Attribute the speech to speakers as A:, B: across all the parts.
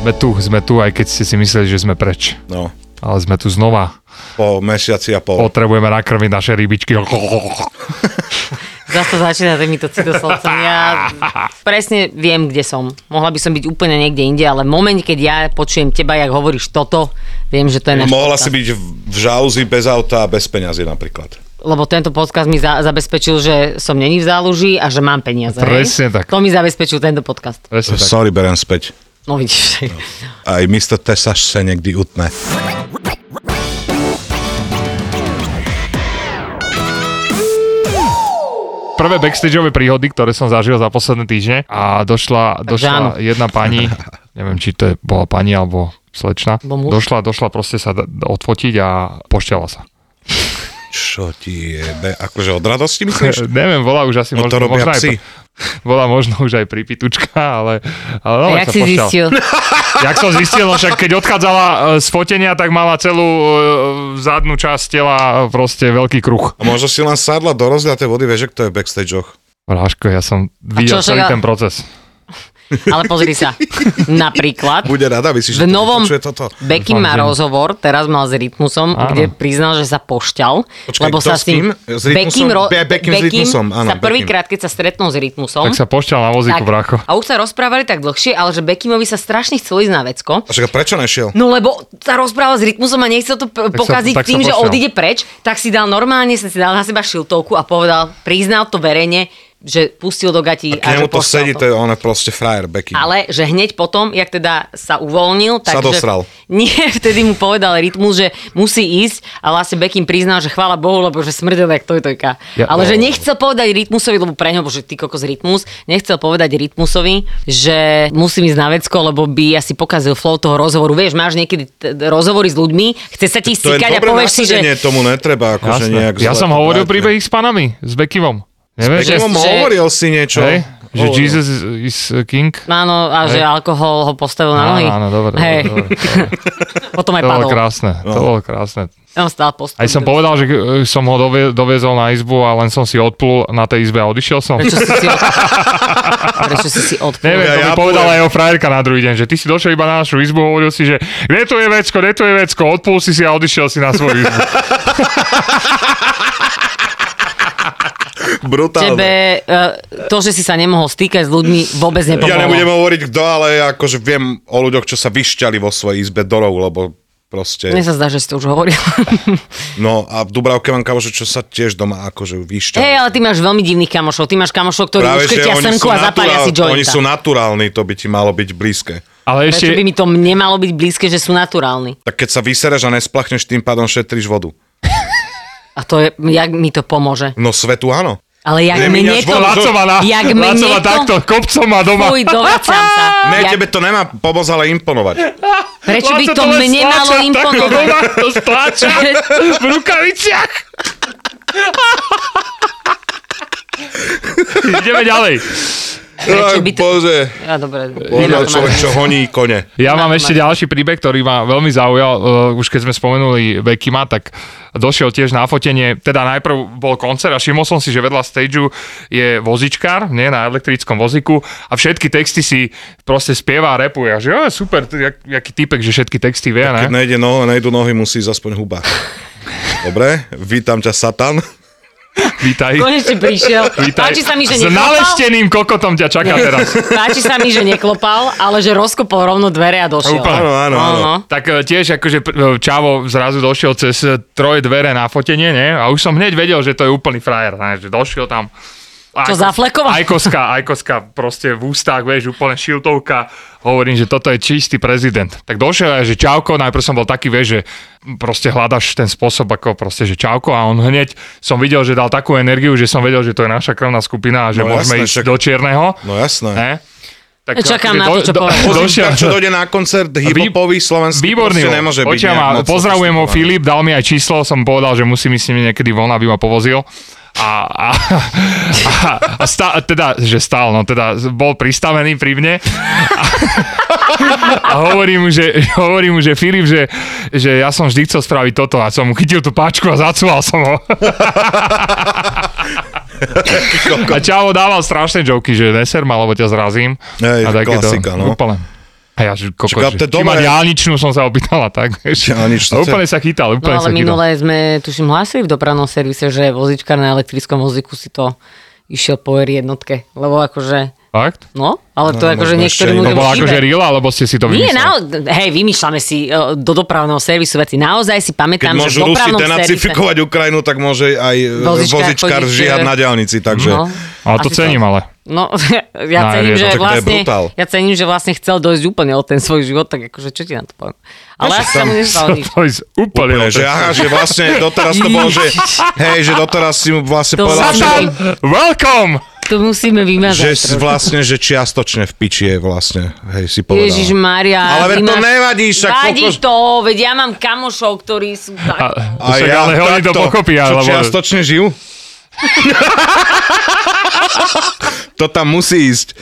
A: Sme tu, sme tu, aj keď ste si mysleli, že sme preč.
B: No,
A: Ale sme tu znova.
B: po mesiaci a pol.
A: Potrebujeme nakrmiť naše rybičky.
C: Zase začínate mi to citoslovcom. Ja presne viem, kde som. Mohla by som byť úplne niekde inde, ale moment, keď ja počujem teba, jak hovoríš toto, viem, že to je náš
B: Hm, Mohla
C: podcast.
B: si byť v- v žauzi bez auta a bez peňazí napríklad.
C: Lebo tento podcast mi za- zabezpečil, že som není v záloži a že mám peniaze. hej?
A: Presne tak.
C: To mi zabezpečil tento podcast.
A: Presne tak.
B: Sorry, berem späť.
C: No vidíš.
B: Aj Mr. Tesaš sa niekdy utne.
A: Prvé backstageové príhody, ktoré som zažil za posledné týždne a došla,
C: áno.
A: došla jedna pani, neviem, či to je, bola pani alebo slečna,
C: Bo muž.
A: došla, došla proste sa d- odfotiť a pošťala sa.
B: Čo ti jebe? Akože od radosti myslíš?
A: Neviem, bola už asi
B: No
A: možno,
B: to robia
A: možno aj,
B: psi.
A: bola možno už aj pripitučka, ale, ale
C: A
A: no,
C: jak si
A: pošťala.
C: zistil?
A: Jak som zistil, no však keď odchádzala e, z fotenia, tak mala celú e, zadnú časť tela e, proste veľký kruh.
B: A možno si len sadla do rozliatej vody, vieš, že kto je v backstageoch.
A: Ráško, ja som videl
C: čo však
A: celý
C: a-
A: ten proces.
C: Ale pozri sa. Napríklad.
B: Bude rada, myslíš,
C: v
B: že to
C: novom
B: vypočuje toto?
C: Beky
A: Dúfam,
C: má
A: že-
C: rozhovor, teraz mal s Rytmusom,
A: Áno.
C: kde priznal, že sa pošťal.
B: Počkaj,
C: lebo
B: kto
C: sa
B: s kým? S Rytmusom? Be- Bekim s Rytmusom, áno,
C: sa
B: Bekim.
C: prvýkrát, keď sa stretnú s Rytmusom,
A: Tak sa pošťal na vozíku, brácho.
C: Hm? a už sa rozprávali tak dlhšie, ale že Bekimovi sa strašne chcel ísť na vecko.
B: A čaká, prečo nešiel?
C: No lebo sa rozprával s Rytmusom a nechcel to p-
A: sa-
C: pokaziť
A: tak sa
C: tým, že
A: pošiel.
C: odíde preč, tak si dal normálne, si dal na seba šiltovku a povedal, priznal to verejne, že pustil do gatí.
B: K nemu
C: že
B: to
C: pošťal
B: sedí, to je on je proste frajer, Becky.
C: ale že hneď potom, jak teda sa uvoľnil,
B: Sa
C: tak
B: dosral.
C: Nie, vtedy mu povedal Rytmus, že musí ísť a vlastne Bekim priznal, že chvála Bohu, lebo že smrdel jak tojtojka.
A: Ja-
C: Ja, ale že nechcel povedať Rytmusovi, lebo pre ňo, bože ty kokos Rytmus, nechcel povedať Rytmusovi, že musím ísť na vecko, lebo by asi pokazil flow toho rozhovoru. Vieš, máš niekedy t- rozhovory s ľuďmi, chce sa ti
B: to je
C: stíkať a
B: dobré
C: povieš si, že...
B: nasadenie, tomu netreba akože
A: Jasné.
B: nejak...
A: Ja
B: zle
A: som
B: to
A: hovoril
B: brať,
A: príbehy s panami, s Bekimom. Neviem,
B: ne?
A: že,
B: Becky mu
C: že-
B: hovoril si niečo.
A: hej, že
C: No,
B: Hovoril.
A: Jesus is- is king.
C: Áno, a že
A: Hej.
C: alkohol ho postavil na nohy.
A: Áno, áno, dobre. dobre,
C: No, Hej.
A: dobre.
C: Potom aj
A: To bolo
C: padol.
A: krásne, to
B: No.
A: bolo krásne.
C: On stál
A: Aj
C: postavený.
A: som povedal, že e, som ho dovie- doviezol na izbu a len som si odplul na tej izbe a odišiel som.
C: Prečo si si, od... Prečo si si odpúšťal?
A: Neviem,
B: Ja-
A: to mi
B: ja
A: povedala
B: poviem.
A: jeho frajerka na druhý deň, že ty si došiel iba na našu izbu, hovoril si, že kde tu je vecko, kde tu je vecko, odpul si si a odišiel si na svoju izbu.
B: Brutálne.
C: Tebe eh, to, že si sa nemohol stýkať s ľuďmi, vôbec nepomohlo.
B: Ja nebudem hovoriť kto, ale ja akože viem o ľuďoch, čo sa vyšťali vo svojej izbe dorov, lebo proste...
C: Mne sa zdá, že si to už hovoril.
B: No a v Dubravke mám kamoša, čo sa tiež doma akože vyšťali.
C: Hej, ale ty máš veľmi divných kamošov. Ty máš kamošov, ktorí
B: Práve, že
C: uškrtia
B: oni
C: srnku
B: sú,
C: a zapália
B: naturál,
C: si jointa.
B: oni sú naturálni, to by ti malo byť blízke.
A: Ale
C: Prečo by
A: ešte,
C: mi to nemalo byť blízke, že sú naturálni?
B: Tak keď sa vysereš a nesplachneš, tým pádom šetríš vodu.
C: A to je, jak mi to pomôže.
B: No svetu áno.
C: Ale jak mne
B: Nemíňaš
C: to...
B: voľa, co
A: Lacova, na,
C: Jak mne
A: Lacova
C: to...
A: takto, kopcom má doma.
C: Fuj, dovraciam sa.
B: Ne,
C: Jak-
B: tebe to nemá pomôcť, ale imponovať.
C: Prečo by
A: Laco
C: to
A: len
C: mne
A: stláča
C: malo
A: takto
C: imponovať?
A: doma, to stláča v rukaviciach. Ideme ďalej.
C: Prečo by to...
B: Bože,
C: Ja, dobre.
B: Bože,
C: nemám to
B: človek,
C: mať.
B: čo honí kone.
A: Ja
C: Na
A: mám
C: to
A: ešte
C: máš.
A: ďalší príbeh, ktorý ma veľmi zaujal. Uh, už keď sme spomenuli Bekima, tak došiel tiež na fotenie. Teda najprv bol koncert a všimol som si, že vedľa stageu je vozičkár, nie na elektrickom voziku a všetky texty si proste spieva a repuje. A že jo, super, to jak, jaký typek, že všetky texty vie,
B: Keď
A: ne?
B: nejde noho, nejdu nohy, musí ísť aspoň huba. Dobre, vítam ťa, Satan.
A: Vítaj.
C: Konečne prišiel.
A: Vítaj.
C: Páči sa mi, že
A: S
C: neklopal.
A: nalešteným kokotom ťa čaká teraz.
C: Páči sa mi, že neklopal, ale že rozkopol rovno dvere a došiel.
A: Úplne.
B: Áno, áno, áno.
C: No.
A: Tak e, tiež akože pr- e, Čavo zrazu došiel eh, cez e, troje dvere na fotenie, ne? A už som hneď vedel, že to je úplný frajer, ne? že došiel tam
C: Čo, zafleková?
A: Ajkoska, ajkoska proste v ústach, vieš, úplne šiltovka. Hovorím, že toto je čistý prezident. Tak došiel aj, že čauko, najprv som bol taký, vieš, že proste hľadaš ten spôsob, ako proste, že čauko a on hneď som videl, že dal takú energiu, že som vedel, že to je naša krvná skupina a že
B: No
A: môžeme
B: jasné,
A: ísť
B: však-
A: do čierneho.
B: No jasné.
A: Ne? Tak,
C: Čakám na to, čo povie.
A: došiel,
B: Došiel. Čo dojde na koncert hip-hopový slovenský,
A: Výborný,
B: proste nemôže byť
A: Počujem
B: nejak
A: ma,
B: moc no.
A: pozdravujem ho
B: sofistikovaný.
A: Filip, dal mi aj číslo, som povedal, že musím ísť s ním niekedy von, aby ma povozil. A, a, a, a stá, teda, že stál, no teda bol pristavený pri mne a, a hovorím, mu, že, hovorím mu, že Filip, že, že ja som vždy chcel spraviť toto a som mu chytil tú páčku a zacúval som ho. A Čavo dával strašné joky, že neser ma, lebo ťa zrazím.
B: Hej,
A: a takéto,
B: klasika, no.
A: Úplne. A ja, že kokos,
B: Čaká, to
A: že,
B: je
A: či
B: dobré.
A: má diálničnú, som sa opýtala, tak, vieš.
B: Diálničnú,
A: A úplne sa chytal,
C: No
A: úplne
C: ale
A: sa chytal.
C: minule sme, tuším, hlásili v dopravnom servise, že vozičkár na elektrickom voziku si to išiel po R jednotke, lebo akože,
A: Fakt?
C: no, ale
B: No,
C: to akože
B: možno
C: niektorí
A: To
B: ešte aj-
C: ľudia
A: bola akože real, alebo ste si to
C: Nie,
A: vymysleli?
C: na, hej, vymýšľame si e, do dopravného servisu veci. Naozaj si
B: Keď
C: pamätám, že
B: môžu
C: v
B: Rusi
C: dopravnom servise...
B: denacifikovať Ukrajinu, tak môže aj e,
C: Vozičkár
B: vozičkár
C: chodiť,
B: žiať
C: e,
B: na diálnici, takže...
C: No.
A: Ale to
C: Asi
A: cením, ale.
C: No, ja
A: No,
C: cením,
A: je to-
C: že
A: tak
B: to je
C: vlastne,
B: brutál.
C: ja cením, že vlastne chcel dojsť úplne o ten svoj život, tak akože čo ti na to poviem. Ale ja som mu nestalo nič.
A: To je úplne...
B: Úplne, že aha, že vlastne doteraz to bolo, že hej, že doteraz si mu vlastne
C: To
B: povedal, že,
C: Satan!
A: Welcome!
C: To musíme vymazať.
B: že si
C: trošku.
B: vlastne, že čiastočne v piči je vlastne, hej, si
A: no.
B: povedal.
C: Ježiš Maria.
B: Ale veď to nevadí, však
C: Vadí
B: kokos-
C: to, veď ja mám kamošov, ktorí sú tak...
A: A, však, ale oni to
B: takto,
A: pochopia,
B: čo
A: lebo...
B: čiastočne žijú? to tam musí ísť.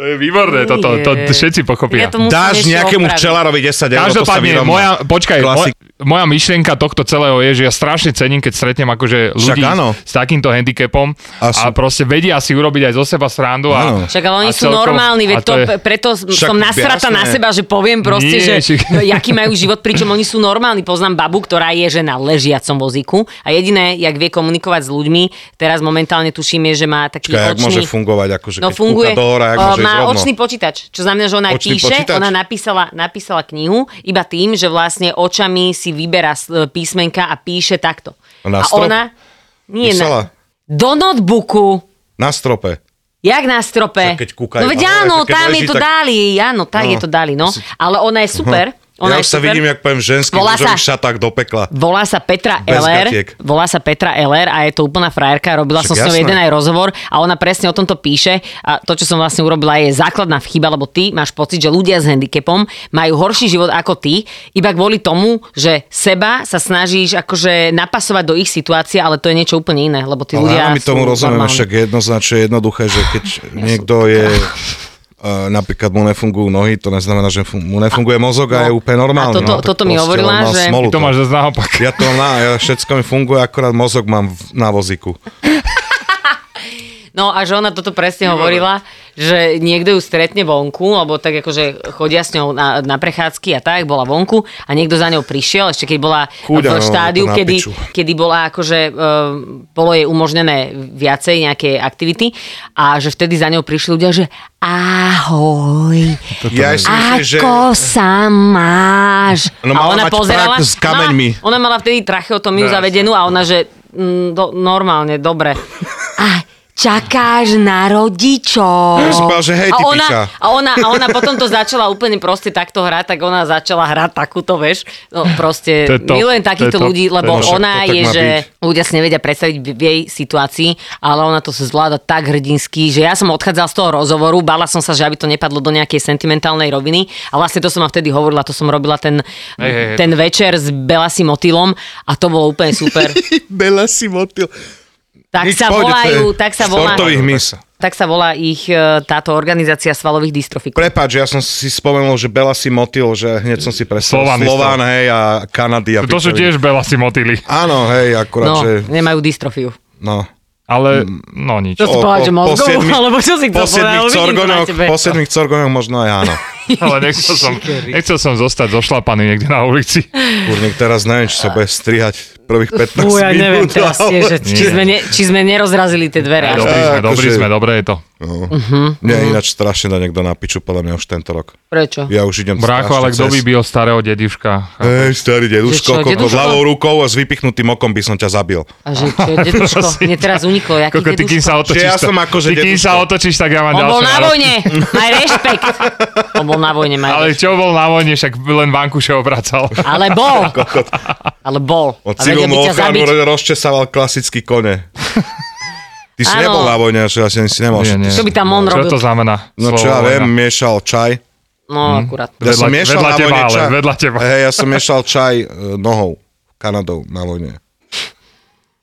A: To je výborné, toto, to
C: Nie.
A: všetci pochopia.
C: Ja to musím
B: Dáš
C: ešte
B: nejakému
C: opraviť.
B: včelarovi 10 eur, to sa
A: Každopádne,
B: vyrovná.
A: moja, počkaj, moja,
B: Klasik.
A: moja myšlienka tohto celého je, že ja strašne cením, keď stretnem akože ľudí
B: Však áno.
A: s takýmto handicapom a,
B: A sú-
A: proste vedia si urobiť aj zo seba srandu. A,
B: Áno.
C: Však ale oni
A: a
C: sú
A: celkom-
C: normálni, veď
A: a
C: to, je... preto
B: Však
C: som nasrata na
B: jasné.
C: seba, že poviem proste,
A: Nie,
C: že
A: však-
C: no, jaký majú život, pričom oni sú normálni. Poznám babu, ktorá je žena ležiacom vozíku a jediné, jak vie komunikovať s ľuďmi, teraz momentálne tuším je, že má taký
B: Čakaj, jak
C: očný...
B: môže fungovať, akože
C: No
B: keď
C: funguje,
B: kúka do hora, jak
C: O,
B: môže ísť
C: má
B: rovno.
C: očný počítač, čo znamená, že ona aj
B: Očný
C: píše,
B: počítač?
C: ona napísala, napísala knihu iba tým, že vlastne očami si vyberá s- písmenka a píše takto.
B: Na
C: a
B: strop?
C: ona... Nie,
B: Písala?
C: na, do notebooku
B: Na strope.
C: Jak na strope?
B: Však keď kúkajú
C: no veď
B: na hore,
C: áno,
B: že keď
C: tam
B: leží,
C: je to
B: tak-
C: dali, áno, tak
B: No.
C: je to dali, no.
B: Si-
C: Ale ona je super.
B: Hm. Ja
C: Ona je
B: už sa
C: super.
B: vidím, jak poviem ženský
C: Volá
B: mužový
C: sa-
B: šaták do pekla.
C: Volá sa Petra
B: Bez
C: Eller,
B: gatiek.
C: volá sa Petra Eller a je to úplná frajerka, robila
B: Však
C: som s ňou
B: jasné.
C: jeden aj rozhovor a ona presne o tomto píše a to, čo som vlastne urobila, je základná chyba, lebo ty máš pocit, že ľudia s handicapom majú horší život ako ty, iba kvôli tomu, že seba sa snažíš akože napasovať do ich situácie, ale to je niečo úplne iné, lebo tí
B: Ale áno,
C: ľudia
B: my tomu
C: sú
B: rozumieme,
C: normálni.
B: však jednoznačne jednoduché, že keď niekto je uh, napríklad mu nefungujú nohy, to neznamená, že fun- mu nefunguje mozog a,
C: no.
B: je úplne normálny.
C: A toto-
B: no, tak
C: toto mi
B: proste
C: hovorila,
B: on mal
C: že-
B: smolu
A: To
B: tam.
A: máš zase naopak.
B: Ja to mám na, ja všetko mi funguje, akorát mozog mám v- na voziku.
C: No a že ona toto presne hovorila, že niekto ju stretne vonku, alebo tak akože chodia s ňou na, na prechádzky a tak, bola vonku a niekto za ňou prišiel, ešte keď bola
B: Chúďa,
C: v
B: no,
C: štádiu,
B: to na
C: kedy,
B: piču.
C: kedy bola akože, um, bolo jej umožnené viacej nejaké aktivity a že vtedy za ňou prišli ľudia, že ahoj,
B: Ja si myslím, že...
C: ako sa máš?
B: No
C: a
B: mala
C: ona
B: mať
C: pozerala,
B: prach s kameňmi. No,
C: Mala, ona mala vtedy tracheotomiu
A: Jasne.
C: zavedenú a ona, že mm, do, normálne, dobre. A čakáš na rodičov.
B: Ja som povedal, že hej,
C: a
B: ty
C: ona,
B: piča.
C: a, ona, a ona potom to začala úplne proste takto hrať, tak ona začala hrať takúto, vieš. No proste,
A: To je top,
C: milujem
A: to je
C: takýchto
A: top,
C: ľudí,
A: to je
C: lebo
B: no však
C: ona
B: to tak
C: je,
B: má
C: že
B: byť.
C: ľudia si nevedia predstaviť v v jej situácii, ale ona to sa zvláda tak hrdinsky, že ja som odchádzal z toho rozhovoru, bala som sa, že aby to nepadlo do nejakej sentimentálnej roviny a vlastne to som vám vtedy hovorila, to som robila ten,
A: Hej, hej, hej.
C: ten večer s Belasim Otýlom a to bolo úplne super.
B: Bela si motil.
C: Tak
B: Nič,
C: sa
B: pohode, to je
C: volajú, tak sa volá,
B: Športových mis.
C: tak sa volá ich e, táto organizácia svalových dystrofikov.
B: Prepáč, ja som si spomenul, že Bela si motil, že hneď som si prestal
A: Slován,
B: Slován, Slován hej, a Kanady. A
A: To sú
B: pičoviny.
A: tiež veľa si motýli.
B: Áno, hej, akurát,
C: No,
B: že...
C: nemajú dystrofiu.
B: No.
A: Ale, no nič.
C: To si
B: O,
C: povedal,
B: po-
C: že
B: po
C: mozgovú,
B: siedmich-
C: alebo čo si
B: po
C: to povedal?
B: siedmich
C: Vidím to na
B: corgonoch,
C: tebe.
B: po siedmich corgonoch možno aj áno.
A: Ale nechcel som, nechcel som zostať zošlapaný niekde na ulici.
B: Kurník, teraz neviem, či sa bude strihať prvých 15
C: Fú, ja neviem
B: minút.
C: teraz tiež, že či,
A: Nie.
C: sme ne, či sme nerozrazili tie dvere. až.
A: Dobrý
B: Á,
A: sme,
B: akože-
A: dobrý sme, dobre je to.
B: No. Uh-huh.
C: Mhm.
B: Mne ináč strašne dá niekto na piču, podľa mňa už tento rok.
C: Prečo?
B: Ja už idem
A: Brácho, ale kto by
B: strašne cez-
A: byl starého dediška?
B: Ej, starý
C: Že čo,
B: deduško, kokot, s
C: deduško?
B: ľavou rukou a s vypichnutým okom by som ťa zabil.
C: A že čo, deduško, mne teraz uniklo, jaký
A: Koko, ty kým
C: deduško?
A: sa otočíš,
B: ja
A: tak-
B: som akože
A: ty kým sa
B: deduško.
A: otočíš, tak ja mám
C: On
A: ďalšie
C: bol na
A: nároky.
C: vojne, maj rešpekt. On bol na vojne, maj
A: Ale
C: rešpekt.
A: čo bol na vojne, však len vankuše obracal.
C: Ale bol. Ale bol.
B: Od
C: A vedel by
B: civilnú
C: ťa
B: ochranu
C: zabiť.
B: ro- rozčesával klasický kone. Ty si
C: Áno.
B: nebol na vojne, že asi si nemal.
A: Nie,
B: že ty
A: nie.
B: si-
C: Čo by tam on
A: Čo
C: robil?
A: to znamená?
B: No
A: slovo
B: čo ja viem,
A: vojna?
B: miešal čaj. Mhm.
C: No, akurát.
B: Ja som
A: Vedľa-
B: miešal
A: vedľa
B: na
A: teba,
B: vojne
A: ale,
B: čaj.
A: vedľa teba.
B: Hej, ja som miešal čaj e, nohou Kanadou na vojne.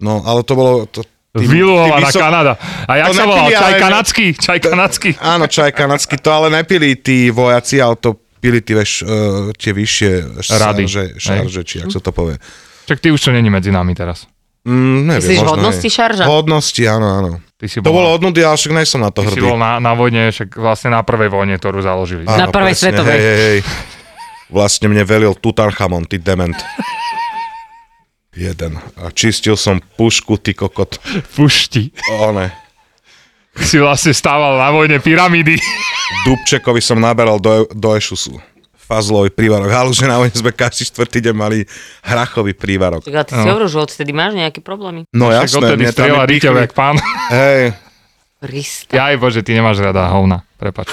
B: No, ale to bolo... To,
A: Vyluhovaná
B: vysok-
A: Kanada. A jak
B: To
A: sa volal?
B: nepili,
A: Čaj
B: ale-
A: kanadský? Čaj kanadský?
B: Áno, čaj kanadský, to ale nepili tí vojaci, ale to pili tí, veš, e, tie vyššie
A: Rady.
B: šarže, šarže či ak sa to povie.
A: Čak ty už čo není medzi nami teraz.
B: Mm, neviem,
C: Myslíš
B: možno
C: hodnosti
B: hej.
C: šarža?
B: Hodnosti, áno, áno.
A: Ty si
B: To
A: bol,
B: bolo odnudy, ale však nejsom na to
A: No. ty si
B: hrdý.
A: bol na, na vojne, však vlastne na prvej vojne, ktorú založili.
C: Na prvej
B: presne,
C: svetovej.
B: Hej, hej, hej. Vlastne mne velil Tutanchamon, ty dement. Jeden. A čistil som pušku, ty kokot.
A: Pušti.
B: O, ne.
A: Si vlastne stával na vojne pyramídy.
B: Dubčekovi som naberal do, do Ešusu. Fazlový prívarok. Haluže na vojne sme každý štvrtý deň mali hrachový prívarok.
C: Ale ty si hovoril, že odtedy máš nejaké problémy.
B: No
A: Však
B: jasné,
A: odtedy
B: mne tam
A: strieľa
B: vypichli-
A: ritev, jak pán.
B: Hej,
C: Krista.
A: Jaj bože, ty nemáš rada hovna. Prepač.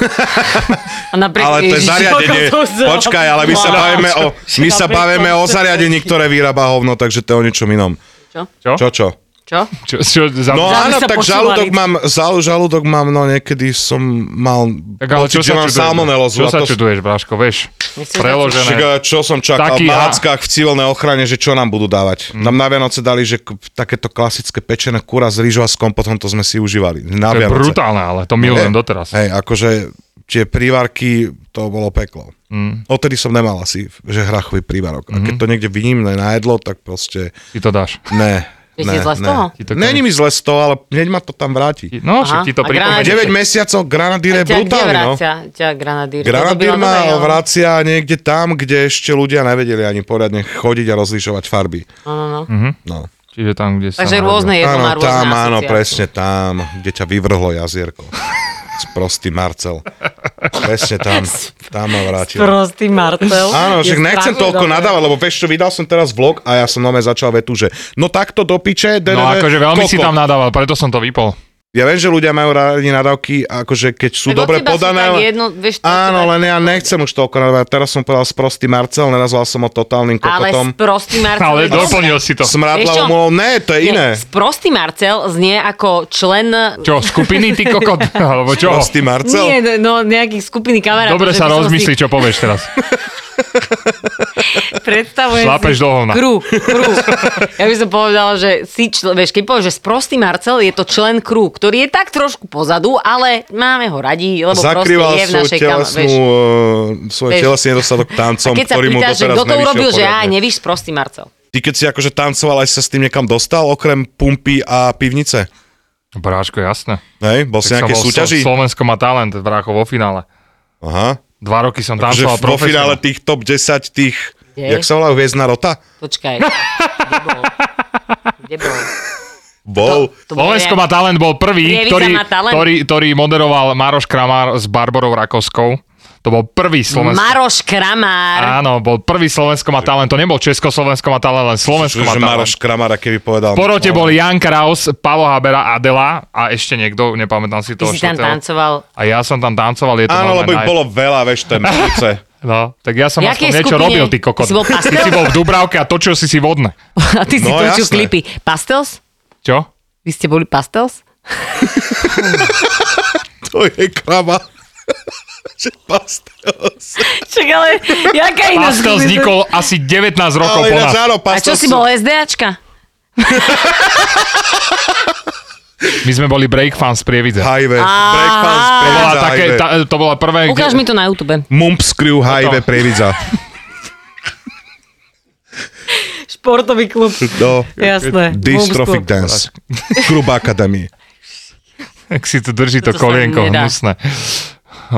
C: Ona pre...
B: ale to je
C: Ježiš,
B: zariadenie.
C: koľko to vzal.
B: Počkaj, ale my sa
C: Wow.
B: bavíme o, my sa
C: Dobre,
B: bavíme o
C: koncepty.
B: zariadení, ktoré vyrába hovno, takže to je o ničom inom.
C: Čo?
B: Čo, čo?
C: Čo?
A: Čo, čo, za...
B: No
C: Za-
B: áno,
C: sa
B: tak
C: počúvali.
B: žalúdok mám, žal, žalúdok mám, no niekedy som mal
A: tak ale čo sa
B: pocit, že mám
A: čuduješ?
B: salmonelózu.
A: Čo
B: a
A: sa
B: to-
A: čuduješ, Bráško, vieš?
C: Nechceš
B: Však,
A: Preložené.
B: e, čo som čakal
A: Taký a-
B: v
A: Hm.
B: Malackách v civilnej ochrane, že čo nám budú dávať. Nám na Vianoce dali, že k- takéto klasické pečené kura s rýžou a s kompotom, to sme si užívali.
A: To
B: Na
A: je
B: Vianoce.
A: brutálne, ale to milujem doteraz.
B: Hej, akože tie prívarky, to bolo peklo.
A: Hm.
B: Mm. Odtedy som nemal asi, že hrachový prívarok. A
A: Mhm.
B: keď to niekde vidím ne, na jedlo, tak proste
A: Ty to dáš.
B: ne.
C: Je ti
B: ne,
C: zle z
B: ne.
C: toho?
A: Ti to
B: Není mi zle z toho, ale hneď ma to tam vráti.
A: Ti- No, však
C: Aha,
A: ti to
C: a
A: pripomenie.
C: granát-
B: 9 mesiacov Granadír je
C: Ťa kde
B: brutálny, no.
C: vrácia? Ťa granadír.
B: Granadír
C: To by bola
B: ma
C: dobrá, ja.
B: vracia niekde tam, kde ešte ľudia nevedeli ani poriadne chodiť a rozlišovať farby.
C: Áno, no.
B: No.
A: Čiže tam, kde sa...
C: Takže
A: narodil.
C: rôzne jedlo má
B: Áno,
C: rôzne
B: tam, áno,
C: asociácie.
B: presne tam, kde ťa vyvrhlo jazierko. Sprostý Marcel. Presne tam, tam ma vrátila.
C: Prostý Martel.
B: Áno,
C: Je
B: však nechcem
C: strašne
B: toľko
C: dobré.
B: nadávať, lebo vieš čo, vydal som teraz vlog a ja som nome začal vetu, že no takto do piče,
A: No
B: dedede,
A: akože veľmi si
B: kokot.
A: tam nadával, preto som to vypol.
B: Ja viem, že ľudia majú rádi nadávky, akože keď sú
C: Lebo
B: dobre
C: teba sú
B: podané.
C: tak
B: ale-
C: jedno, vieš, to
B: Áno,
C: teba-
B: len ja nechcem už toľko nadávať. Teraz som povedal sprostý Marcel, nenazval som ho totálnym
C: Ale
B: kokotom.
C: sprostý Marcel.
A: No, Ale
C: je dobré.
A: doplnil si to.
B: Smradla
C: Vieš čo?
B: umolou, ne, to je iné.
C: Nie, Sprostý Marcel znie ako člen...
A: Čo, skupiny, ty kokot? Alebo čo?
B: Sprostý Marcel?
C: Nie, no nejakých skupiny kamarátov.
A: Dobre
C: že
A: sa
C: by som
A: rozmyslí,
C: si
A: čo povieš teraz.
C: Predstavujem
A: Šlapeš
C: si
A: do hovna.
C: Kru, kru. Ja by som povedala, že si člen, vieš, keď povieš, že sprostý Marcel je to člen kru, ktorý je tak trošku pozadu, ale máme ho radi, lebo
B: Zakrýval
C: proste je v
B: svoju
C: našej kam,
B: telesnú,
C: vieš.
B: eh, svoj
C: vieš.
B: telesný nedostatok tancom,
C: Keď sa
B: ktorý mu
C: pýtaš, že
B: doteraz
C: kto to
B: nevyšiel
C: urobil, že
B: poriadne.
C: aj nevíš sprostý Marcel.
B: Ty keď si akože tancoval, aj sa s tým niekam dostal, okrem pumpy a pivnice?
A: Bráško, jasné.
B: Hej, bol si
A: Tak som
B: nejaké
A: bol-
B: súťaži?
A: Slovensko má talent, brácho, vo finále.
B: Aha.
A: Dva roky som
B: Že
A: tancoval
B: vo finále
A: profesionálne.
B: tých top 10 tých,
C: Kde?
B: jak sa volajú, hviezdna rota?
C: Počkaj. Kde bol? Kde bol?
B: Bol.
C: To bol
A: Slovensko
C: nejak-
A: má talent bol prvý,
C: Prievidza
A: ktorý,
C: má talent.
A: ktorý, ktorý moderoval Maroš Kramár s Barborou Rakovskou. To bol prvý Slovensko.
C: Maroš Kramár.
A: Áno, bol prvý Slovensko má talent. To nebol Česko-Slovensko má talent, len Slovensko má
B: Že
A: talent.
B: Maroš Kramara, keby povedal.
A: V porote bol Jan Kraus, Palo Habera, Adela a ešte niekto, nepamätám si
C: Ty
A: toho
C: si tam
A: štvrtého.
C: tancoval.
A: A ja som tam tancoval, je to
B: Áno,
A: normálne
B: lebo ich
A: naj-
B: bolo veľa, vieš, ten pice.
A: No, tak ja som
C: V
A: aspoň
C: jakej
A: niečo
C: skupine?
A: robil, ty kokot.
C: Ty si bol
A: ty si
C: pastel?
A: bol v Dubravke a točil si si vodné.
C: A ty si
B: No,
C: točil
B: jasné.
C: klipy. Pastels?
A: Čo?
C: Vy ste boli pastels?
B: To je krama. že pastels.
C: Čak ale, jaká iná
A: Pastel
C: skupina?
A: vznikol asi 19 rokov
B: Ale
A: po
B: ináč
A: nás.
B: áno,
C: A čo
B: pastels.
C: si bol SDAčka?
A: My sme boli break fans Prievidze.
B: Highway.
A: To
B: Breakfast,
A: bola,
B: Prievidza,
A: také,
B: Highway.
A: ta, to bola prvé,
C: Ukáž mi to na YouTube.
B: Mump Screw Highway Prievidza.
C: Športový klub.
B: Do
C: Jasné.
B: Dystrophic Dance. Club Academy.
A: ak si tu drží to,
C: Toto sa mi
A: kolienko
C: nedá.
A: hnusné.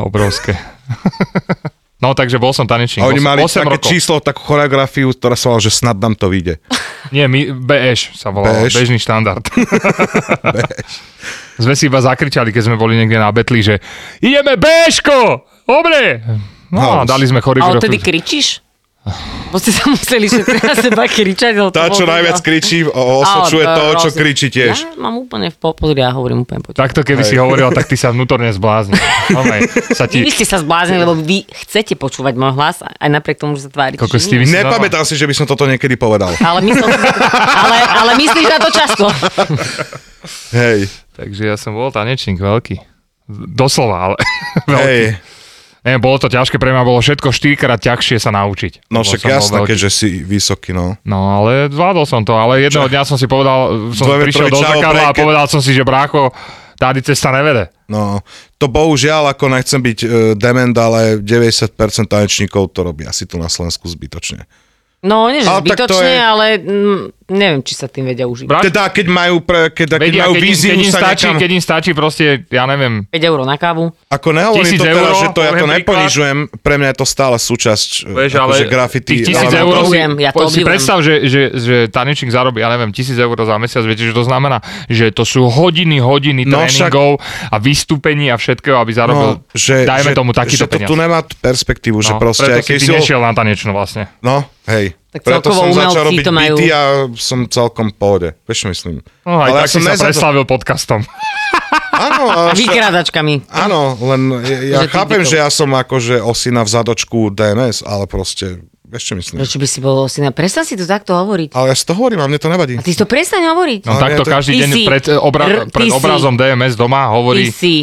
A: Obrovské. no No takže bol som tanečník.
B: A
A: Osem-
B: oni mali
A: osem
B: také
A: rokov.
B: číslo, takú choreografiu, ktorá sa volala, že snad nám to vyjde.
A: Nie, my, BŠ sa volalo,
B: BŠ.
A: bežný štandard. sme si iba zakričali, keď sme boli niekde na betli, že ideme BŠko! Dobre! No a
B: House.
A: dali sme
C: A
A: choreografiu.
C: odtedy kričíš? Bo ste sa museli všetci na seba kričať. lebo to
B: Tá,
C: bolo
B: čo
C: teda-
B: najviac kričí, o- osočuje
C: Ale,
B: toho, čo
C: rozum-
B: kričí tiež.
C: Ja mám úplne v po- pozri, ja hovorím úplne poď.
A: Takto keby si hovoril, tak ty sa vnútorne zblázni. Normálne, sa
C: Vy by
A: ti...
C: ste sa zbláznili, lebo vy chcete počúvať môj hlas, aj napriek tomu, že sa tvárite.
A: Kokos,
C: že
A: ty by
C: nie.
A: si
B: Nepamätám si, že by som toto niekedy povedal.
C: ale, myslel, ale, ale myslíš na to často.
B: Hej,
A: Takže ja som bol tanečník veľký. Doslova, ale veľký.
B: hej.
A: Neviem, bolo to ťažké pre mňa, bolo všetko štyrikrát ťažšie sa naučiť. Lebo
B: No však
A: som bol
B: jasné,
A: veľký.
B: keďže si vysoký, no.
A: No ale zvládol som to, ale jedného dňa som si povedal, som
B: Dvojmetrový
A: prišiel do
B: čavo,
A: zrkadla a
B: prejke-
A: povedal som si, že brácho, tady cesta nevede.
B: No, to bohužiaľ, ako nechcem byť e, dement, ale 90% tanečníkov to robí asi tu na Slovensku zbytočne.
C: No, nie že
B: Ale tak to
C: zbytočne,
B: je-
C: ale mm, neviem, či sa tým vedia užiť.
A: Bra- Až-
B: Teda, keď majú, pre, keď, keď
A: Vedia,
B: majú
A: keď, im,
B: víziu
A: keď, im
B: sa
A: stačí,
B: niekam...
A: keď im stačí proste, ja neviem,
C: 5 eur na kávu.
B: Ako nehovorím
A: 1000
B: to teraz,
A: euro,
B: že to ja to
A: poviem príklad.
B: neponižujem, pre mňa je to stále súčasť
A: vieš,
B: Veš, akože No,
A: ale
B: grafity.
A: tých tisíc
C: ale-
B: elementov.
A: eur si,
C: Obdivujem, ja to
A: po- si
C: obdivujem.
A: predstav, že, že, že tanečník zarobí, ja neviem, tisíc eur za mesiac, viete, že to znamená, že to sú hodiny, hodiny no,
B: No,
A: tréningov a vystúpení a všetkého, aby zarobil,
B: No, že,
A: dajme
B: že,
A: tomu, takýto
B: že to
A: peniaz.
B: tu nemá t- perspektívu, že
A: no,
B: proste...
A: preto
B: aj
A: si
B: keď
A: ty
B: si ho-
A: nešiel na tanečnú vlastne.
B: No, hej.
C: Tak
B: Preto
C: celkovo
B: som začal
C: umelci
B: robiť
C: to majú.
B: byty a som celkom v pohode. Vieš, čo myslím.
A: No aj
B: Ale
A: ale
B: ja
A: tak si sa
B: nezadol-
A: preslavil podcastom.
B: Áno,
C: A
B: ale však-
C: vykrádačkami.
B: áno, len ja, ja
C: Že ty
B: chápem,
C: bytov.
B: že ja som akože osina v zadočku DNS, ale proste, vieš, čo myslím.
C: Prečo by si bol osina? Prestan si to takto hovoriť.
B: Ale ja si to hovorím a mne to nevadí.
C: A ty si to prestaň hovoriť.
A: No
B: Ale
A: takto
B: ja to-
A: každý
C: Ty
A: deň
C: si
A: pred, eh,
C: r-
A: obra-
C: ty
A: pred
C: si-
A: obrazom DMS doma
C: Ty
A: hovorí,
C: si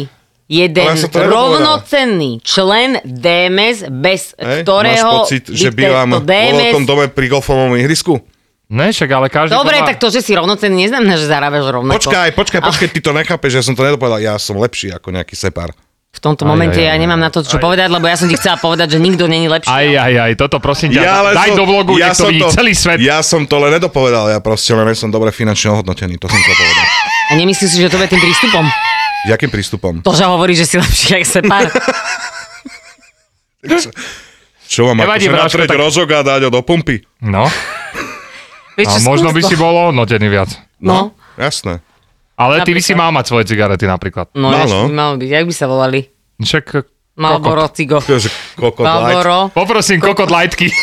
C: jeden
B: Ale ja som to nedopovedal.
C: rovnocenný člen DMS, bez
B: Hej,
C: ktorého
B: Máš pocit, že
C: by
B: bývam
C: tento
B: v veľkom dome pri golfovom ihrisku?
A: ne však, ale každý...
C: Dobre,
A: podľa-
C: tak to, že si rovnocenný, neznamená, že zarábaš rovnako.
B: Počkaj, počkaj, počkaj, ty to nechápeš, ja som to nedopovedal, ja som lepší ako nejaký separ.
C: V tomto
A: Aj,
C: momente
A: aj, aj,
C: ja
A: aj.
C: nemám na to, čo
A: Aj.
C: povedať, lebo ja som ti chcela povedať, že nikto není lepší.
A: Aj, aj, aj, toto prosím ťa, daj do vlogu, nech to vidí celý svet.
B: Ja som to len nedopovedal, ja proste len som dobre finančne ohodnotený, to som to povedal.
C: A nemyslíš si, že to je tým prístupom?
B: Jakým prístupom?
C: To, že hovorí, že si lepší, jak separ.
B: Čo vám
A: Nevadí,
B: akože
A: Braško,
B: natrieť
A: tak-
B: rozog a dať ho do pumpy?
A: No, a
C: Vieš, čo,
A: možno by si
C: skús to.
A: bol ohodnotený viac.
C: No.
B: Jasné.
A: Ale ty by si
C: Napríklad.
A: mal mať svoje cigarety napríklad.
C: No,
B: Malo.
C: malo. malo byť, jak by sa volali?
A: Však... eh,
C: Malboro, Cigo.
B: Čože, kokot light.
C: Malboro.
A: Poprosím kokot lightky.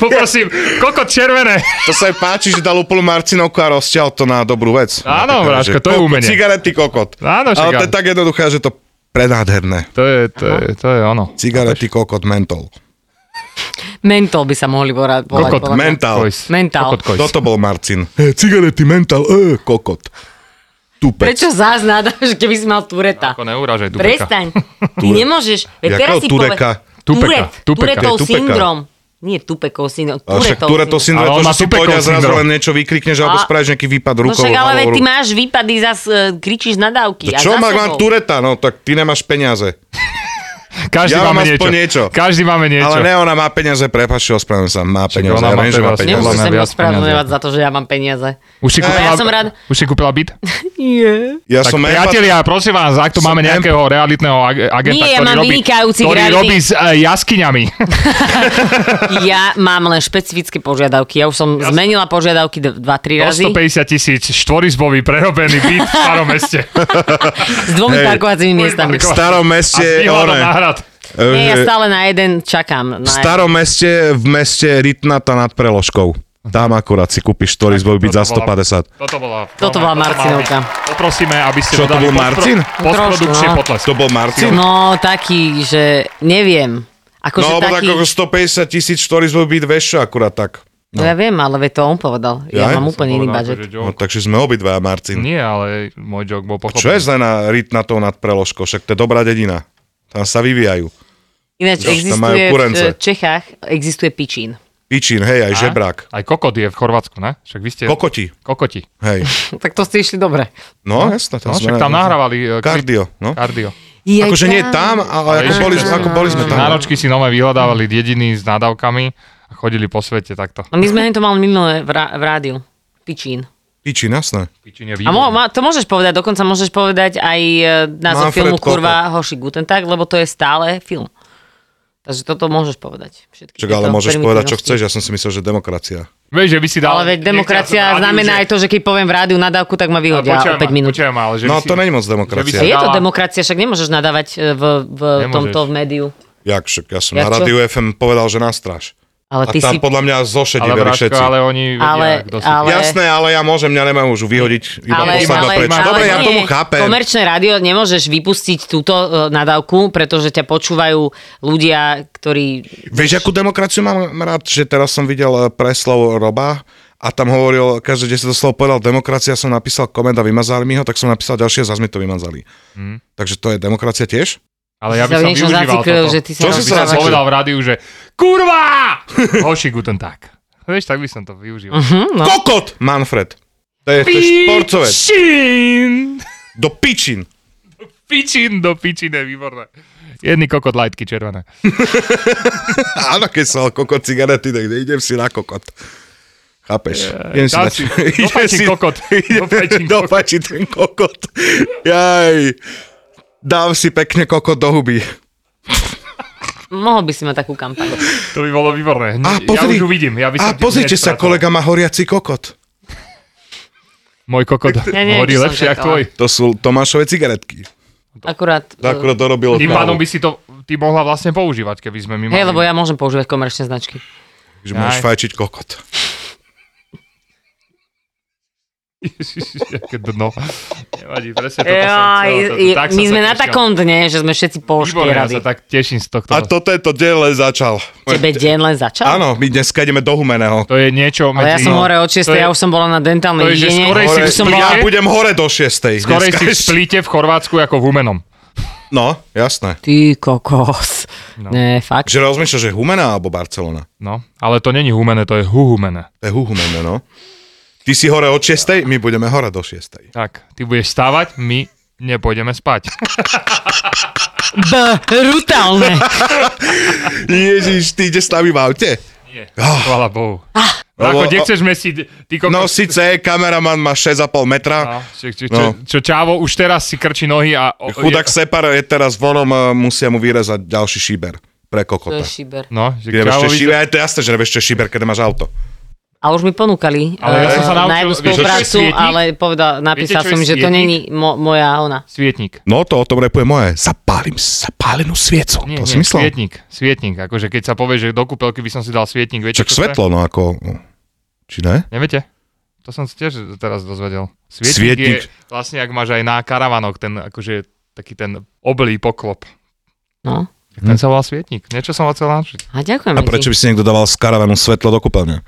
A: Poprosím kokot červené.
B: To sa aj páči, že dal úplnú Marcinovku a rozťahol to na dobrú vec.
A: Áno,
B: Také,
A: Braško,
B: že
A: to je
B: kokot,
A: umenie.
B: Cigarety kokot.
A: Áno, však
B: Ale to je
A: áno.
B: tak jednoduché, že to prenádherné.
A: To je, to je, to je ono.
B: Cigarety kokot mentol.
C: Mentol by sa mohli volať. volať,
A: Kokot,
C: podľa mňa.
B: Mental.
A: Kojs.
C: Mentál.
A: Kokot kojs.
B: Toto bol Marcin. E, cigarety mental, e, kokot. Tupec.
C: Prečo zás nádaš, keby si mal Tureta?
A: Ako neuražaj Dubeka.
C: Prestaň. Ty nemôžeš. Veď
B: Jakého
C: teraz si
B: Tureka?
C: poved-
A: Tupeka.
C: Turet.
A: Tupeka.
C: Turetov
B: Je Tupeka.
C: syndrom. Nie Tupekov syndrom.
B: Ale však
C: Turetov
B: Turetov
C: syndrom.
B: syndrom
A: Ale
B: je to,
A: on má
B: že si
A: Tupekov
B: pôjde a zrazu
A: syndrom.
B: len niečo vyklikneš alebo
C: A-
B: spravíš nejaký výpad
C: No
B: rukou.
C: však ale
B: alebo
C: ty
B: rukou.
C: máš výpady, zas e, kričíš na dávky.
B: To Čo
C: a za
B: má, mám
C: sebou.
B: Tureta? No tak ty nemáš peniaze.
A: Každý
B: Ja mám
A: máme niečo.
B: aspoň niečo.
A: Každý máme niečo.
B: Ale ne, ona má peniaze, prepáč, ospravedlňujem sa, má peniaze.
A: ona
B: Ja
A: má
B: viem,
A: peniaze.
B: že má peniaze.
A: Podľa
C: Nemôžeš
A: mňa
C: sa mi
A: viac
C: ospravedlňovať za to, že ja mám peniaze.
A: Už si,
C: Ale
A: kúpila,
C: ja som rád-
A: už si kúpila byt?
C: Nie.
B: Ja
A: tak
B: som empat-
A: priatelia, prosím vás, ak tu máme
B: Som
A: nejakého realitného ag- agenta,
C: Nie, ja
A: ktorý
C: mám
A: robí,
C: vynikajúcich
A: ktorý
C: realitných-
A: robí s uh, jaskyňami.
C: Ja mám len špecifické požiadavky. Ja už som zmenila požiadavky 2-3
A: Do
C: razy
A: 150 tisíc štvorizbový prerobený byt v starom meste.
C: s dvomi
B: Hej.
C: parkovacími miestami.
B: V starom
A: A s
B: meste,
A: výhľadom
B: one,
A: na hrad.
B: e,
C: Nie, ja stále na jeden čakám.
B: v
C: Na
B: starom meste, v meste Rytnata nad Preložkou.
A: Mhm.
B: Tam akurát si kúpiš štvorizbový byť za
A: Toto bola-
B: 150.
A: Toto bola,
C: Toto bola Marcinovka.
A: mala- Poprosíme, aby ste dodali
B: Čo, to bol
A: podpro-
B: Marcin?
A: Postprodukčne
C: Trošku, no.
A: potlesk.
B: To bol Martin?
C: No, taký, že neviem. Akože
B: No, lebo tak
C: taký...
B: ako 150 tisíc štvorizbový byt veš, akurát tak.
C: No. ja viem, ale veď to on povedal. Ja,
B: Ja?
C: mám
B: Ja
C: úplne iný budget.
B: No, takže sme obidvaja Martin.
A: Nie, ale môj joke bol pochopený.
B: Čo je zle na Rytnatou nad Preložkou? Však to je dobrá dedina. Tam sa vyvíjajú.
C: Ináč
B: Už tam majú
C: existuje v
B: kurence.
C: e, Čechách, existuje pičín.
B: Pičín, hej, aj
A: A?
B: žebrák.
A: Aj kokot je v Chorvátsku, ne? Však vy ste...
B: Kokoti,
A: Kokoti.
B: hej.
C: tak to ste išli dobre.
B: No, jasné.
A: No, však tam nahrávali... e, klip.
B: Kardio, no.
A: Kardio.
C: Je
B: Akože nie tam, ale ako
A: Vieš,
B: boli,
A: že-
B: ako boli sme tam.
A: Náročky si nové vyhľadávali dediny s nadávkami a chodili po svete takto.
C: No my sme to mali minulé v, rá- v rádiu. Pičín.
B: Piči, jasné.
A: Pičine
C: A mo, ma, to môžeš povedať, dokonca môžeš povedať aj e, názov
B: Manfred
C: filmu
B: Koppel.
C: Kurva Hoši Guten Tag, lebo to je stále film. Takže toto môžeš povedať. Všetky
B: Čak, ale
C: tieto
B: môžeš povedať, čo
C: primitivnosti.
B: chceš. Ja som si myslel, že demokracia.
A: Vieš, že by si dal...
C: Ale veď
A: Nechcel
C: demokracia
A: som rádiu,
C: znamená aj to, že keď poviem v rádiu nadávku, tak ma vyhodia
A: Počúvaj
C: o
A: ma,
C: 5 minút.
A: počúvaj ma, ale že
B: No,
A: by si-
B: to není moc
A: že by si
C: A je
B: demokracia.
C: to
A: dala-
C: demokracia, však nemôžeš nadávať e, v, v tomto v médiu.
B: Jak, však ja som
C: Ja
B: na
C: čo?
B: rádiu FM povedal, že nástraž. A
C: Ale ty si...
B: tam podľa mňa
A: Ale
B: zošediveli
A: Braško,
B: všetci.
A: ale oni vedia,
C: Ale,
A: kto sú.
C: ale...
B: Jasné, ale ja môžem, mňa nemajú už vyhodiť, iba
C: Ale,
B: poslať
C: ale,
B: preč.
C: ale
B: Dobre, ja
C: nie,
B: tomu chápem.
C: Komerčné rádio nemôžeš vypustiť túto e, nadávku, pretože ťa počúvajú ľudia, ktorí...
B: Vieš, akú demokraciu mám rád, že teraz som videl eh, preslov Roba a tam hovoril, každé 10 slov povedal demokracia, som napísal koment a vymazali mi ho, tak som napísal ďalšie a zase mi to vymazali.
A: Mhm.
B: Takže to je demokracia tiež?
A: Ale ja by
C: Sa
A: som
C: niečo
A: využíval
C: zaciklil,
A: toto.
C: že ty sa
B: Čo si
A: by
B: sa
A: som
B: zaciklil?
A: povedal v rádiu, že kurva! Hoši guten tak. Vieš, tak by som to využíval.
C: Hm, no.
B: Kokot! Manfred. To je, to je šporcovec.
A: Pičin!
B: Do pičin.
A: Pičin do pičine, výborné. Jedný kokot lightky červené.
B: Áno, keď som mal kokot cigarety, tak idem si na kokot. Chápeš? Idem
A: dám
B: na-
A: si- dopajčím
B: idem si-
A: kokot,
B: idem-
A: dopajčím kokot.
B: Dopajčím ten kokot. Jaj. Dám si pekne kokot do huby.
C: Mohol by si mať takú kampaň.
A: To by bolo výborné. ja
B: A pozri,
A: už uvidím. Ja by som
B: a
A: ti hneď
B: pozrite sa,
A: pracoval.
B: kolega má horiaci kokot.
A: Môj kokot
C: Ja neviem,
A: horí
C: čo som
A: lepšie ako
C: čakala.
A: tvoj.
B: To sú Tomášove cigaretky.
C: Akurát... e,
B: To Akurát dorobil.
A: Tým pádom by si to ty mohla vlastne používať, keby sme my mali.
C: Hej, lebo ja môžem používať komerčné značky.
B: Že môžeš
A: Aj.
B: fajčiť kokot.
A: Ježiš, aké dno. Nevadí, presne toto som
C: Jaj,
A: chcel. To-
C: je,
A: tak sa
C: my sme
A: tak
C: na
A: teším.
C: takom dne, že sme všetci
A: Výborné, ja sa
C: poškieraví.
A: tak teším z tohto.
B: A toto je to deň len začal.
C: Tebe deň len začal?
B: Áno, my dneska ideme do Humeného.
A: To je niečo medzi...
C: Ale ja som
A: no,
C: hore od 6,
A: to je-
C: ja už som bola na dentálnej
A: to je, že
C: hygiene.
A: skorej si
C: už
A: v
C: som
A: splia-
C: bola...
B: Ja budem hore do 6.
A: Skorej si v splíte v Chorvátsku ako v Humenom.
B: No, jasné.
C: Ty kokos. Ne, fakt.
B: Že rozmýšľaš, že Humena alebo Barcelona?
A: No, ale to není Humene, to je Huhumene.
B: To je Humene, no. Ty si hore od 6. My budeme hore do 6.
A: Tak, ty budeš stávať, my nepôjdeme spať.
C: Brutálne.
B: Ježiš, ty ideš s nami v aute?
A: Nie, chvála Bohu.
B: Ah.
A: No, Ako,
B: Lebo-
A: kde chceš mesiť? Ty kokos,
B: No síce, kameraman má
A: No,
B: 6,5 metra.
A: čo, čo, čo,
B: No.
A: čo, Čavo už teraz si krčí nohy a... o-
B: Chudák
A: je-
B: Separ je teraz vonom, e, musia mu vyrezať ďalší šíber pre
C: To je
B: kokota.
C: šiber.
A: No, že
B: Kde nevieš, čo
A: Čavo
B: je šíber? Aj to je jasné, že nevieš, čo je šíber, keď nemáš auto.
C: A už mi ponúkali
A: Ale ja
C: eh,
A: som sa naučil-
C: na jednu
A: vieš, čo je
C: spoluprácu,
A: svietnik?
C: ale povedal, napísal
A: Viete, čo
C: som,
A: je
C: že to
A: svietnik?
C: není mo- moja ona.
A: Svietnik.
B: No to o tom repuje moje. Zapálim zapálenú sviecu.
A: Nie,
B: to
A: nie,
B: si myslel?
A: svietnik. Svietnik, akože keď sa povie, že do kúpelky by som si dal svietnik, viete
B: Čak
A: čo to je?
B: svetlo, no ako... Či ne?
A: Neviete? To som sa tiež teraz dozvedel. Svietnik,
B: Svietnik.
A: je vlastne, ak máš aj na karavanoch, ten akože taký ten oblý poklop.
C: No.
A: Tak
B: Hm.
A: ten sa volá svietnik. Niečo som chcel naučiť.
C: A ďakujem.
B: A prečo by si niekto dával z karavanu svetlo do kúpeľne?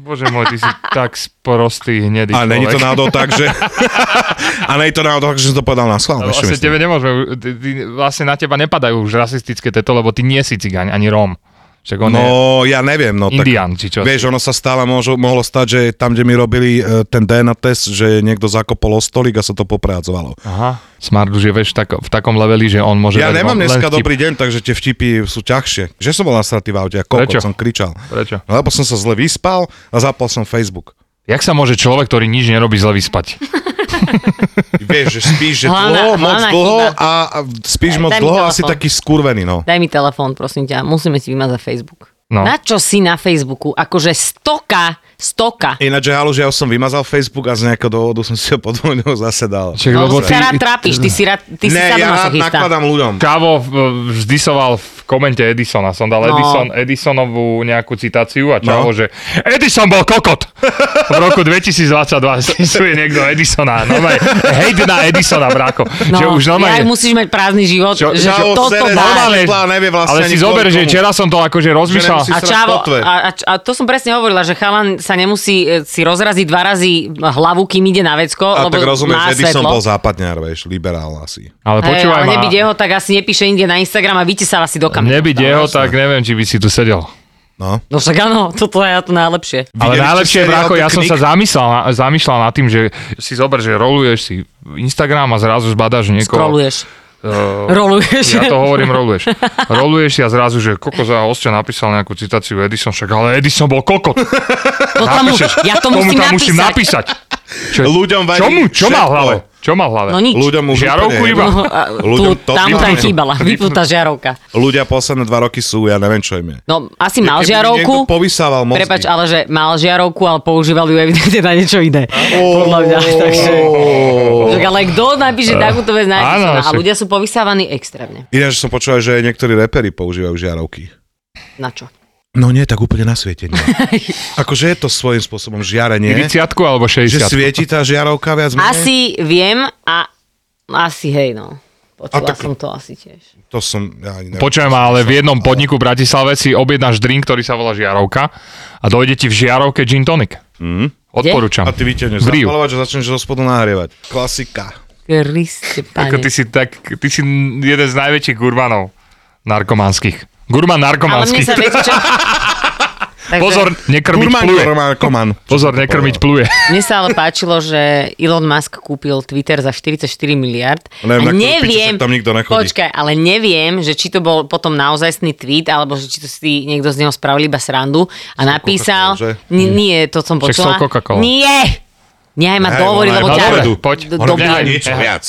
A: Bože môj, ty si tak sprostý, hnedý
B: A není to
A: človek.
B: náhodou tak, že... a není to náhodou tak, že som to povedal na schvál.
A: Ale
B: vieš, čo
A: vlastne
B: myslím?
A: tebe nemôžeme, ty, ty, vlastne na teba nepadajú už rasistické tieto, lebo ty nie si cigaň, ani Róm. Však on je
B: No, ja neviem, no tak...
A: Indian, či čo.
B: Vieš, ono sa stále môžu, mohlo stať, že tam, kde mi robili e, ten DNA test, že niekto zakopol o stolík a sa to popracovalo.
A: Aha. Smart už je vieš, tak, v takom leveli, že on môže...
B: Ja
A: dať
B: nemám
A: len
B: dneska
A: vtip.
B: dobrý deň, takže tie vtipy sú ťažšie. Že som bol nasratý v aute a koľko
A: Prečo?
B: som kričal. No,
A: Prečo?
B: Lebo som sa zle vyspal a zapal som Facebook.
A: Jak sa môže človek, ktorý nič nerobí, zle vyspať?
B: Vieš, že spíš že dlho,
C: Hlavná-
B: moc
C: hlavná
B: dlho
C: chyba.
B: a a spíš
C: Daj
B: moc
C: mi
B: dlho
C: telefón.
B: asi taký skurvený, no.
C: Daj mi telefón, prosím ťa, musíme ti vymazať Facebook.
A: No.
C: Na čo si na Facebooku? Akože stoka, stoka.
B: Ináč, že halu, že ja už som vymazal Facebook a z nejakého dôvodu som si ho podvojného zase dal.
A: Však,
C: No,
A: lebo
C: ty... sa rád trápiš, ty si rád, ty si
B: ne,
C: sám
B: ja rád
C: masochista.
B: nakladám ľuďom.
A: Kávo v- vždy soval v komente Edisona. Som dal
C: No.
A: Edison, Edisonovú nejakú citáciu a Čavo,
B: No.
A: že Edison bol kokot. V roku 2022 je niekto Edisona. Normálne, hejt na Edisona, bráko.
C: No,
A: že už normálne...
C: ja musíš mať prázdny život,
A: Čo-
C: že
B: Čavo,
C: toto
B: sere,
C: dáš.
B: normálne. Vlá, nevie vlastne
A: ale
B: ani
A: si zober,
B: kvôli
A: že
B: komu.
A: včera som to akože rozmýšľal.
B: nemusí
C: A
B: srať
C: čavo,
B: kotve.
C: a, a, a to som presne hovorila, že chalan sa nemusí e, si rozraziť dva razy hlavu, kým ide na vecko,
B: A
C: lebo
B: tak
C: má
B: rozumieš, Edison
C: svetlo.
B: bol No, západňar, vieš, liberál asi.
A: Ale
C: Hej,
A: počúvaj
C: ale
A: ma.
C: nebyť jeho, tak asi nepíše inde na Instagram a vytesáva si do kamery.
A: Nebyť jeho,
C: vlastne-
A: tak neviem, či by si tu sedel.
B: No.
C: No však áno, toto je to najlepšie.
A: Ale
B: Videli ste
A: najlepšie,
B: seriál
A: Brako,
B: The
A: ja som
B: Knick?
A: sa zamýšľal, zamýšľal nad tým, že si zober, že roluješ si Instagram a zrazu zbadáš niekoho.
C: Scrolluješ.
B: Ehm,
A: eh,
C: Roluješ.
A: Ja to hovorím, roluješ. Roluješ si a zrazu, že koko za osťa napísal nejakú citáciu Edison, však ale Edison bol kokot.
C: to tam,
A: Napíšeš,
C: ja to musím
A: tam
C: napísať.
A: musím napísať. Čo,
B: Ľuďom vadí
A: čomu, čo má v
B: všetko.
A: hlave? Čo má v hlave?
C: No nič.
B: Ľuďom už
A: Žiarovku
B: úplne-
A: iba.
C: No, a
B: Ľuďom
C: tu,
B: to
C: tam tam
B: vypnú.
C: chýbala, vypnutá žiarovka.
B: Ľudia posledné dva roky sú, ja neviem, čo im je.
C: No, asi mal
B: Keby mi niekto
C: žiarovku.
B: povysával mozgy.
C: Prepač, ale že mal žiarovku, ale používal ju evidentne na niečo iné. Podľa mňa, takže... Že, ale kto napíše takúto vec na
A: Áno,
C: Instagram? A
A: však-
C: ľudia sú povysávaní extrémne.
B: Ináč som počul, aj, že aj niektorí repery používajú žiarovky.
C: Na čo?
B: No nie, tak úplne na svietenie. akože je to svojím spôsobom žiarenie.
A: 40 alebo 60.
B: Že svieti tá žiarovka viac menej?
C: Asi viem a asi hej, no. Počula
B: Mm. A tak-
C: som to asi tiež.
B: To som, ja ani neviem.
A: Počujem, ale v jednom podniku v Bratislave si objednáš drink, ktorý sa volá žiarovka a dojde ti v žiarovke gin tonic. Mm. Odporúčam.
B: Mhm. A ty vytiahneš
A: v Riu.
B: zapalovať, že začneš zo spodu nahrievať. Klasika.
C: Kriste,
A: Ako
C: pane.
A: ty si, tak, ty si jeden z najväčších gurmanov narkománskych. Gurman
C: Ale mne
A: narkománskych.
C: sa viete čo? Takže
A: Pozor, nekrmiť
B: Kurman,
A: pluje.
B: kurman, koman.
A: Pozor, nekrmiť pluje.
C: Mne sa ale páčilo, že Elon Musk kúpil Twitter za 44 miliard.
B: Neviem, na
C: a
B: ktorú
C: neviem,
B: piču sa tam nikto nechodí.
C: počkaj, ale neviem, že či to bol potom naozajstný tweet, alebo že či to si niekto z neho spravil iba srandu a napísal...
B: Coca-Cola, že? Hm.
C: Ni, nie, to som
A: Však
C: počula.
A: som Coca-Cola.
C: Nie! Nehaj ma
B: Nehaj,
C: dohovoriť,
B: ona je
C: lebo
B: na
C: ťa...
B: dovedu.
A: Poď.
C: do-
A: Ona
C: dobím.
A: nehaj.
D: niečo viac.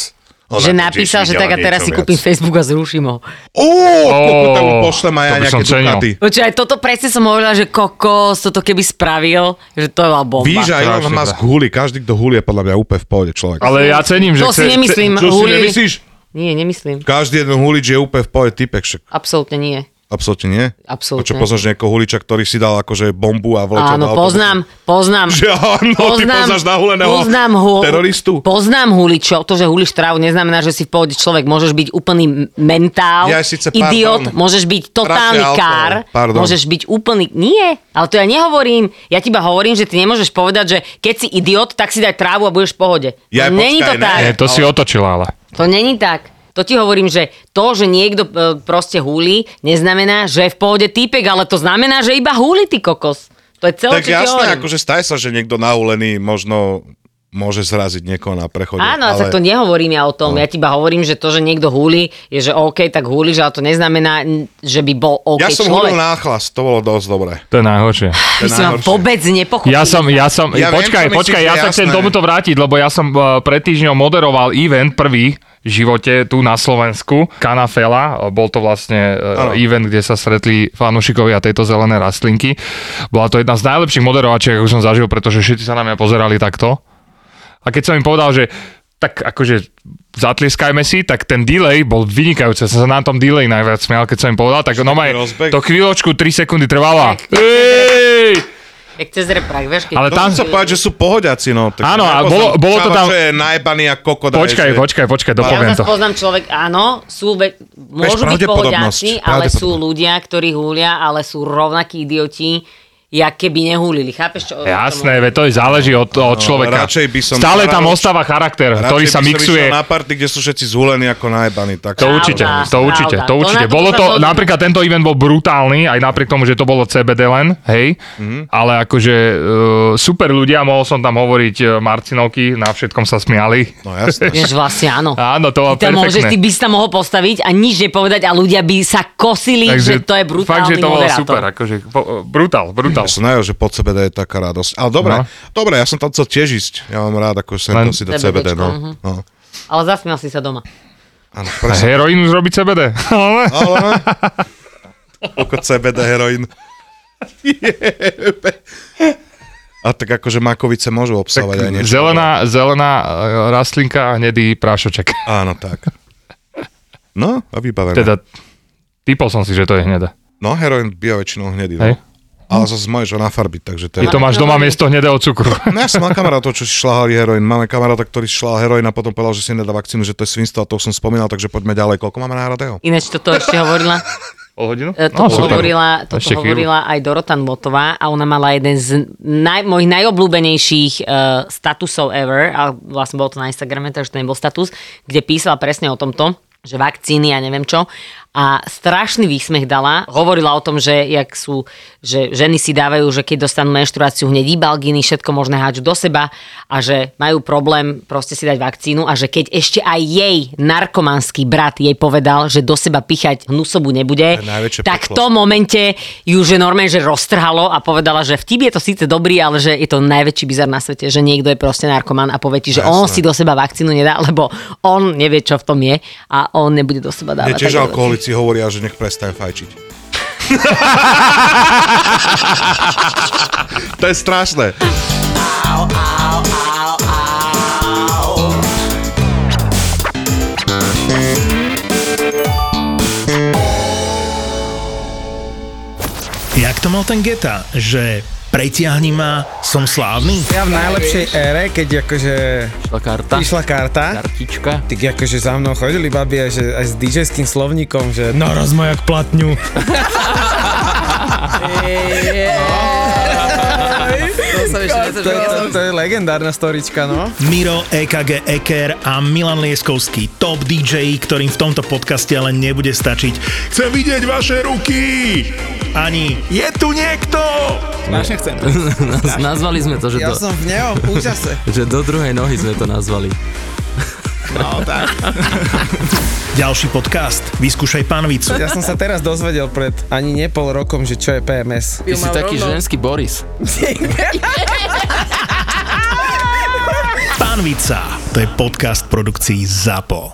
D: Ona
C: Že
D: tu tiež
C: napísal, že
D: videla
C: tak a teraz si
D: niečo viac.
C: kúpim Facebook a zruším ho.
B: Ó, oh, tam pošlem aj
A: to by
B: ja
A: som
B: nejaké
A: cenil.
B: dukaty.
C: Počkaj, toto presne som hovorila, že kokos, toto keby spravil, že to je bola bomba.
B: Víš, aj Elon
A: Strašne
B: Musk
A: zle.
B: huli. Každý, kto huli, je podľa mňa úplne v pohode človek.
A: Ale ja cením, že...
C: To si
A: chce-
C: nemyslím.
B: Čo si
C: huli-
B: nemyslíš?
C: Nie, nemyslím.
B: Každý jeden hulič je úplne v pohode typek, však
C: Absolútne nie.
B: absolútne nie. To
C: Absolútne.
B: čo poznáš nejakého huliča, ktorý si dal akože bombu a vletel do
C: Áno,
B: autobusu?
C: poznám, poznám.
B: Že áno, No, ty poznáš nahuleného
C: poznám hu-
B: teroristu?
C: Poznám huličov. To, že huliš trávu, neznamená, že si v pohode človek. Môžeš byť úplný m- mentál,
B: Ja síce,
C: idiot,
B: pardon.
C: môžeš byť totálny
B: Trafia
C: kár,
B: alkohol, pardon.
C: môžeš byť úplný... Nie, ale to ja nehovorím. Ja ti iba hovorím, že ty nemôžeš povedať, že keď si idiot, tak si daj trávu a budeš v pohode.
B: Ja,
C: to není
B: počkaj,
C: to
B: ne.
C: tak.
A: Nie, to si otočila, ale...
C: To není tak. To ti hovorím, že to, že niekto e, proste húli, neznamená, že je v pohode týpek, ale to znamená, že iba húli ty kokos. To je
B: Tak
C: celé, čo ti
B: jasné,
C: hovorím.
B: akože staj sa, že niekto nahulený možno môže zraziť niekoho na prechode.
C: Áno, ale... tak to nehovorím ja o tom. Ja ti iba hovorím, že to, že niekto húli, je, že OK, tak húliš, ale to neznamená, n- že by bol OK
B: Ja som hulil
C: človek.
B: náchlas, to bolo dosť dobré.
A: To je najhoršie.
C: Vy ste ma
B: najhoršie.
C: vôbec nepochopili.
A: Ja som, ja som,
B: Ja
A: ja
B: viem,
A: počkaj, viem,
B: čo myslíš,
A: počkaj,
B: to je
A: ja sa chcem
B: jasné.
A: tomuto vrátiť, lebo ja som eh, pred týždňom moderoval event prvý v živote tu na Slovensku, Kanafela, bol to vlastne ano.
B: Áno.
A: event, kde sa stretli fanúšikovia tejto zelené rastlinky. Bola to jedna z najlepších moderovačiek, ako som zažil, pretože všetci sa na mňa pozerali takto. A keď som im povedal, že tak akože zatlieskajme si, tak ten delay bol vynikajúci. Ja som sa na tom delay najviac smial, keď som im povedal, tak no maj,
B: rozbeh.
A: to chvíľočku 3 sekundy trvalo.
C: Tak.
A: Ej!
C: Jak cez reprak, vieš, keď...
A: Ale
B: To No, tam sa povedať, že sú pohodiaci, no. Tak
A: Áno, a
B: nepoznám
A: bolo- bolo to
B: čava,
A: tam-
B: Čo je najbaný a kokoda.
A: Počkaj,
B: je, že-
A: počkaj, počkaj,
C: Ja
A: dopoviem
C: zase
A: to.
C: poznám človek, áno, sú ve- môžu byť
B: pravdepodobnosť,
C: pohodiaci, ale sú
B: pravdepodobnosť.
C: ľudia, ktorí húlia, ale sú rovnakí idioti, jak keby nehúlili. Chápeš, čo?
A: Jasné, veď to záleží od, od človeka.
B: No, radšej by som-
A: Stále tam
B: radšej-
A: ostáva charakter,
B: Radšej
A: ktorý
B: by
A: sa
B: som
A: mixuje.
B: išiel na party, kde sú všetci zhulení ako najbaní. Tak
A: To určite, to
C: pravda.
A: určite, to
C: To
A: určite.
C: na to
A: Bolo
C: sa
A: to,
C: zhodneme.
A: napríklad tento event bol brutálny, aj napriek tomu, že to bolo CBD len, hej,
B: Mhm.
A: ale akože e, super ľudia, mohol som tam hovoriť e, Marcinovky, na všetkom sa smiali.
B: No jasné.
C: Vieš, vlastne áno.
A: Áno, to bolo
C: Ty, tam môžeš, ty
A: perfektné.
C: by si tam mohol postaviť a nič nepovedať a ľudia by sa kosili, že to je brutálny
A: fakt, že to bolo
C: moderátor.
A: super, akože po, brutál, brutál.
B: Ja som nevedel, že pod CBD je taká radosť. Ale dobre,
A: No.
B: dobre, ja som tam chcel tiež ísť. Ja mám rád, ako sem
A: Len-
B: to si do CBD. No. no.
C: Ale zasmial si sa doma.
B: Áno,
A: A
B: presne.
A: Heroínu zrobiť CBD. Ale-
B: Ale... Ako CBD, heroin. Jebe. A tak akože makovice môžu obsahovať aj niečo.
A: Zelená, zelená e, rastlinka a hnedý prášoček.
B: Áno, tak. No, a vybavené.
A: Teda, typol som si, že to je hnedé.
B: No, heroin býva väčšinou hnedý. No.
A: Hej.
B: Ale zase môžeš ho nafarbiť, takže to
A: Ty
B: je...
A: to máš doma miesto hnedého cukru.
B: No ja som mal kamarátov, čo si šláhali heroin. Máme kamaráta, ktorý šláhal heroin a potom povedal, že si nedá vakcínu, že to je svinstvo a to už som spomínal, takže poďme ďalej. Koľko máme náhradého?
C: Ináč toto ešte hovorila,
A: Pol hodinu?
C: e,
A: No,
C: toto
A: super.
C: hovorila, toto
A: Ešte chvíľu.
C: hovorila aj Dorota Nvotová a ona mala jeden z naj, mojich najobľúbenejších uh, statusov ever, a vlastne bol to na Instagrame, takže to nebol status, kde písala presne o tomto, že vakcíny a neviem čo. a strašný výsmech dala. Hovorila o tom, že, jak sú, že ženy si dávajú, že keď dostanú menštruáciu hneď balginy, všetko možné háču do seba a že majú problém proste si dať vakcínu a že keď ešte aj jej narkomanský brat jej povedal, že do seba pichať hnusobu nebude,
B: To je najväčšie
C: tak v
B: peklo.
C: tom momente ju že normálne že roztrhalo a povedala, že vtip je to síce dobrý, ale že je to najväčší bizar na svete, že niekto je proste narkoman a povie ti, že
B: Jasné.
C: on si do seba vakcínu nedá, lebo on nevie, čo v tom je a on nebude do seba dávať.
B: Mne tiež
C: takéto veci.
B: alkoholici hovoria, že nech prestane fajčiť. to je strašné.
E: Jak to mal ten Geta, že pretiahni ma, som slávny?
D: Ja v najlepšej ére, keď akože
F: Tá karta,
D: išla karta,
F: kartička.
D: tak akože za mnou chodili babi aj, že, aj s DJ-ským slovníkom, že no rozmajak platňu.
F: To sa ešte
D: To, to, to je legendárna storička, no.
E: Miro, EKG Eker a Milan Lieskovský, top DJ, ktorým v tomto podcaste ale nebude stačiť. Chcem vidieť vaše ruky! Ani je tu niekto!
D: Vážne chcem.
F: Nazvali sme to, že
D: Ja
F: do,
D: som v neom, úžase.
F: že do druhej nohy sme to nazvali.
D: No tak.
E: Ďalší podcast. Vyskúšaj pánvicu.
D: Ja som sa teraz dozvedel pred ani nepol rokom, že čo je PMS.
F: Ty si taký ženský Boris.
E: Pánvica. To je podcast produkcií ZAPO.